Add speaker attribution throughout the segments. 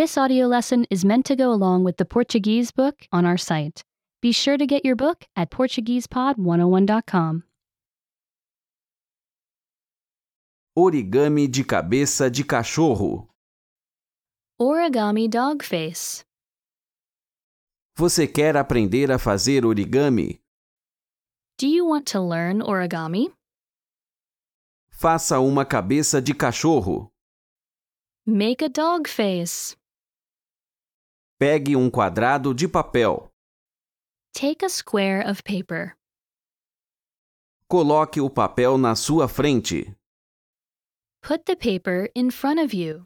Speaker 1: This audio lesson is meant to go along with the Portuguese book on our site. Be sure to get your book at PortuguesePod101.com.
Speaker 2: Origami de cabeça de cachorro.
Speaker 1: Origami Dog Face.
Speaker 2: Você quer aprender a fazer origami?
Speaker 1: Do you want to learn origami?
Speaker 2: Faça uma cabeça de cachorro.
Speaker 1: Make a dog face.
Speaker 2: Pegue um quadrado de papel.
Speaker 1: Take a square of paper.
Speaker 2: Coloque o papel na sua frente.
Speaker 1: Put the paper in front of you.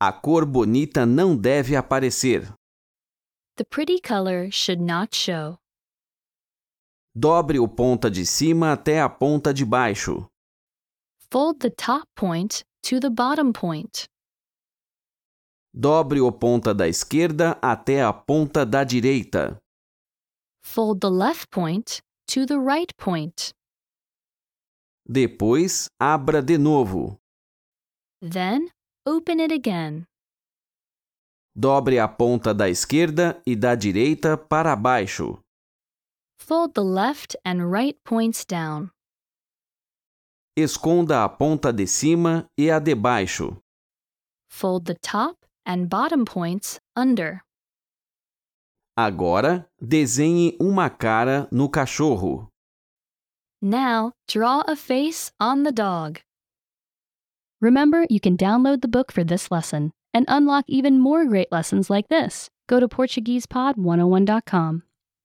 Speaker 2: A cor bonita não deve aparecer.
Speaker 1: The pretty color should not show.
Speaker 2: Dobre o ponta de cima até a ponta de baixo.
Speaker 1: Fold the top point to the bottom point.
Speaker 2: Dobre o ponta da esquerda até a ponta da direita.
Speaker 1: Fold the left point to the right point.
Speaker 2: Depois, abra de novo.
Speaker 1: Then open it again.
Speaker 2: Dobre a ponta da esquerda e da direita para baixo.
Speaker 1: Fold the left and right points down.
Speaker 2: Esconda a ponta de cima e a de baixo.
Speaker 1: Fold the top and bottom points under.
Speaker 2: Agora, desenhe uma cara no cachorro.
Speaker 1: Now, draw a face on the dog. Remember, you can download the book for this oh lesson and unlock even more great lessons like this. Go to PortuguesePod101.com.